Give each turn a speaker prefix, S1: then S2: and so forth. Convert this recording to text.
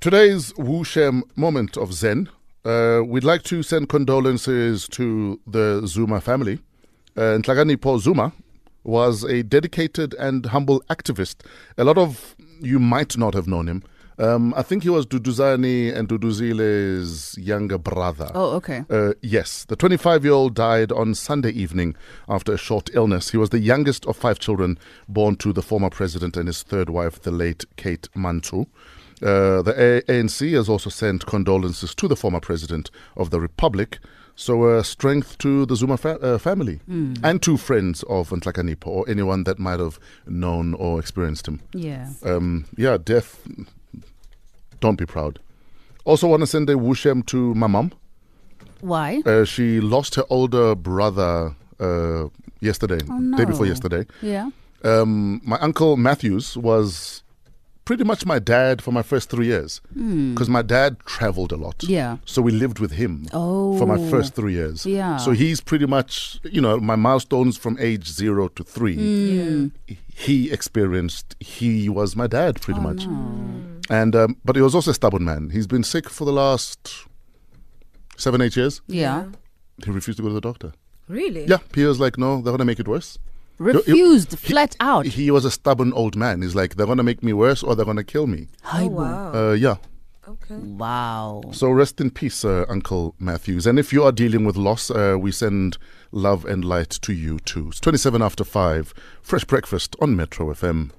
S1: Today's Wushem moment of Zen. Uh, we'd like to send condolences to the Zuma family. Uh, Ntlagani Paul Zuma was a dedicated and humble activist. A lot of you might not have known him. Um, I think he was Duduzani and Duduzile's younger brother.
S2: Oh, okay.
S1: Uh, yes, the 25 year old died on Sunday evening after a short illness. He was the youngest of five children born to the former president and his third wife, the late Kate Mantu. Uh, the A- ANC has also sent condolences to the former president of the republic. So, uh, strength to the Zuma fa- uh, family and to friends of Ntlakanipo or anyone that might have known or experienced him.
S2: Yeah.
S1: Um, yeah, death. Don't be proud. Also, want to send a wushem to my mum.
S2: Why?
S1: Uh, she lost her older brother uh, yesterday,
S2: Oh,
S1: day before
S2: no.
S1: yesterday.
S2: Yeah.
S1: Um, my uncle Matthews was pretty much my dad for my first three years because my dad traveled a lot.
S2: Hmm. Yeah.
S1: So we lived with him
S2: Oh.
S1: for my first three years.
S2: Yeah.
S1: So he's pretty much, you know, my milestones from age zero to three,
S2: Hmm.
S1: he experienced, he was my dad
S2: Oh,
S1: pretty much. And, um, but he was also a stubborn man. He's been sick for the last seven, eight years.
S2: Yeah.
S1: He refused to go to the doctor.
S3: Really?
S1: Yeah, he was like, no, they're going to make it worse.
S2: Refused flat out.
S1: He was a stubborn old man. He's like, they're going to make me worse or they're going to kill me.
S3: Oh,
S2: Hi, boy.
S3: wow.
S1: Uh, yeah.
S3: Okay.
S2: Wow.
S1: So rest in peace, uh, Uncle Matthews. And if you are dealing with loss, uh, we send love and light to you too. It's 27 after 5. Fresh breakfast on Metro FM.